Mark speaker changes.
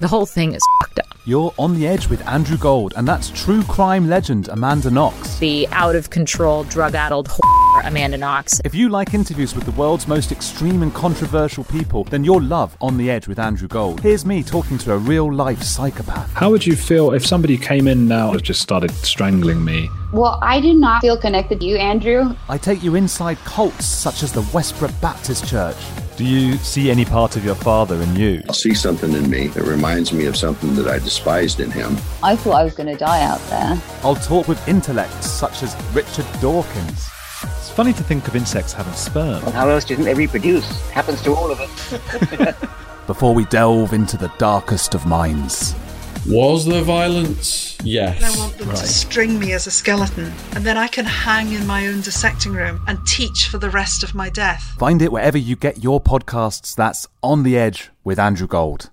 Speaker 1: The whole thing is fucked up.
Speaker 2: You're on the edge with Andrew Gold, and that's true crime legend Amanda Knox.
Speaker 1: The out of control, drug addled whore, Amanda Knox.
Speaker 2: If you like interviews with the world's most extreme and controversial people, then you'll love On the Edge with Andrew Gold. Here's me talking to a real life psychopath.
Speaker 3: How would you feel if somebody came in now and just started strangling me?
Speaker 4: Well, I do not feel connected to you, Andrew.
Speaker 2: I take you inside cults such as the Westboro Baptist Church.
Speaker 5: Do you see any part of your father in you?
Speaker 6: I see something in me that reminds me of something that I despised in him.
Speaker 7: I thought I was going to die out there.
Speaker 2: I'll talk with intellects such as Richard Dawkins.
Speaker 5: It's funny to think of insects having sperm.
Speaker 8: Well, how else do you think they reproduce? Happens to all of us.
Speaker 2: Before we delve into the darkest of minds.
Speaker 9: Was there violence? Yes.
Speaker 10: And I want them right. to string me as a skeleton, and then I can hang in my own dissecting room and teach for the rest of my death.
Speaker 2: Find it wherever you get your podcasts. That's On the Edge with Andrew Gold.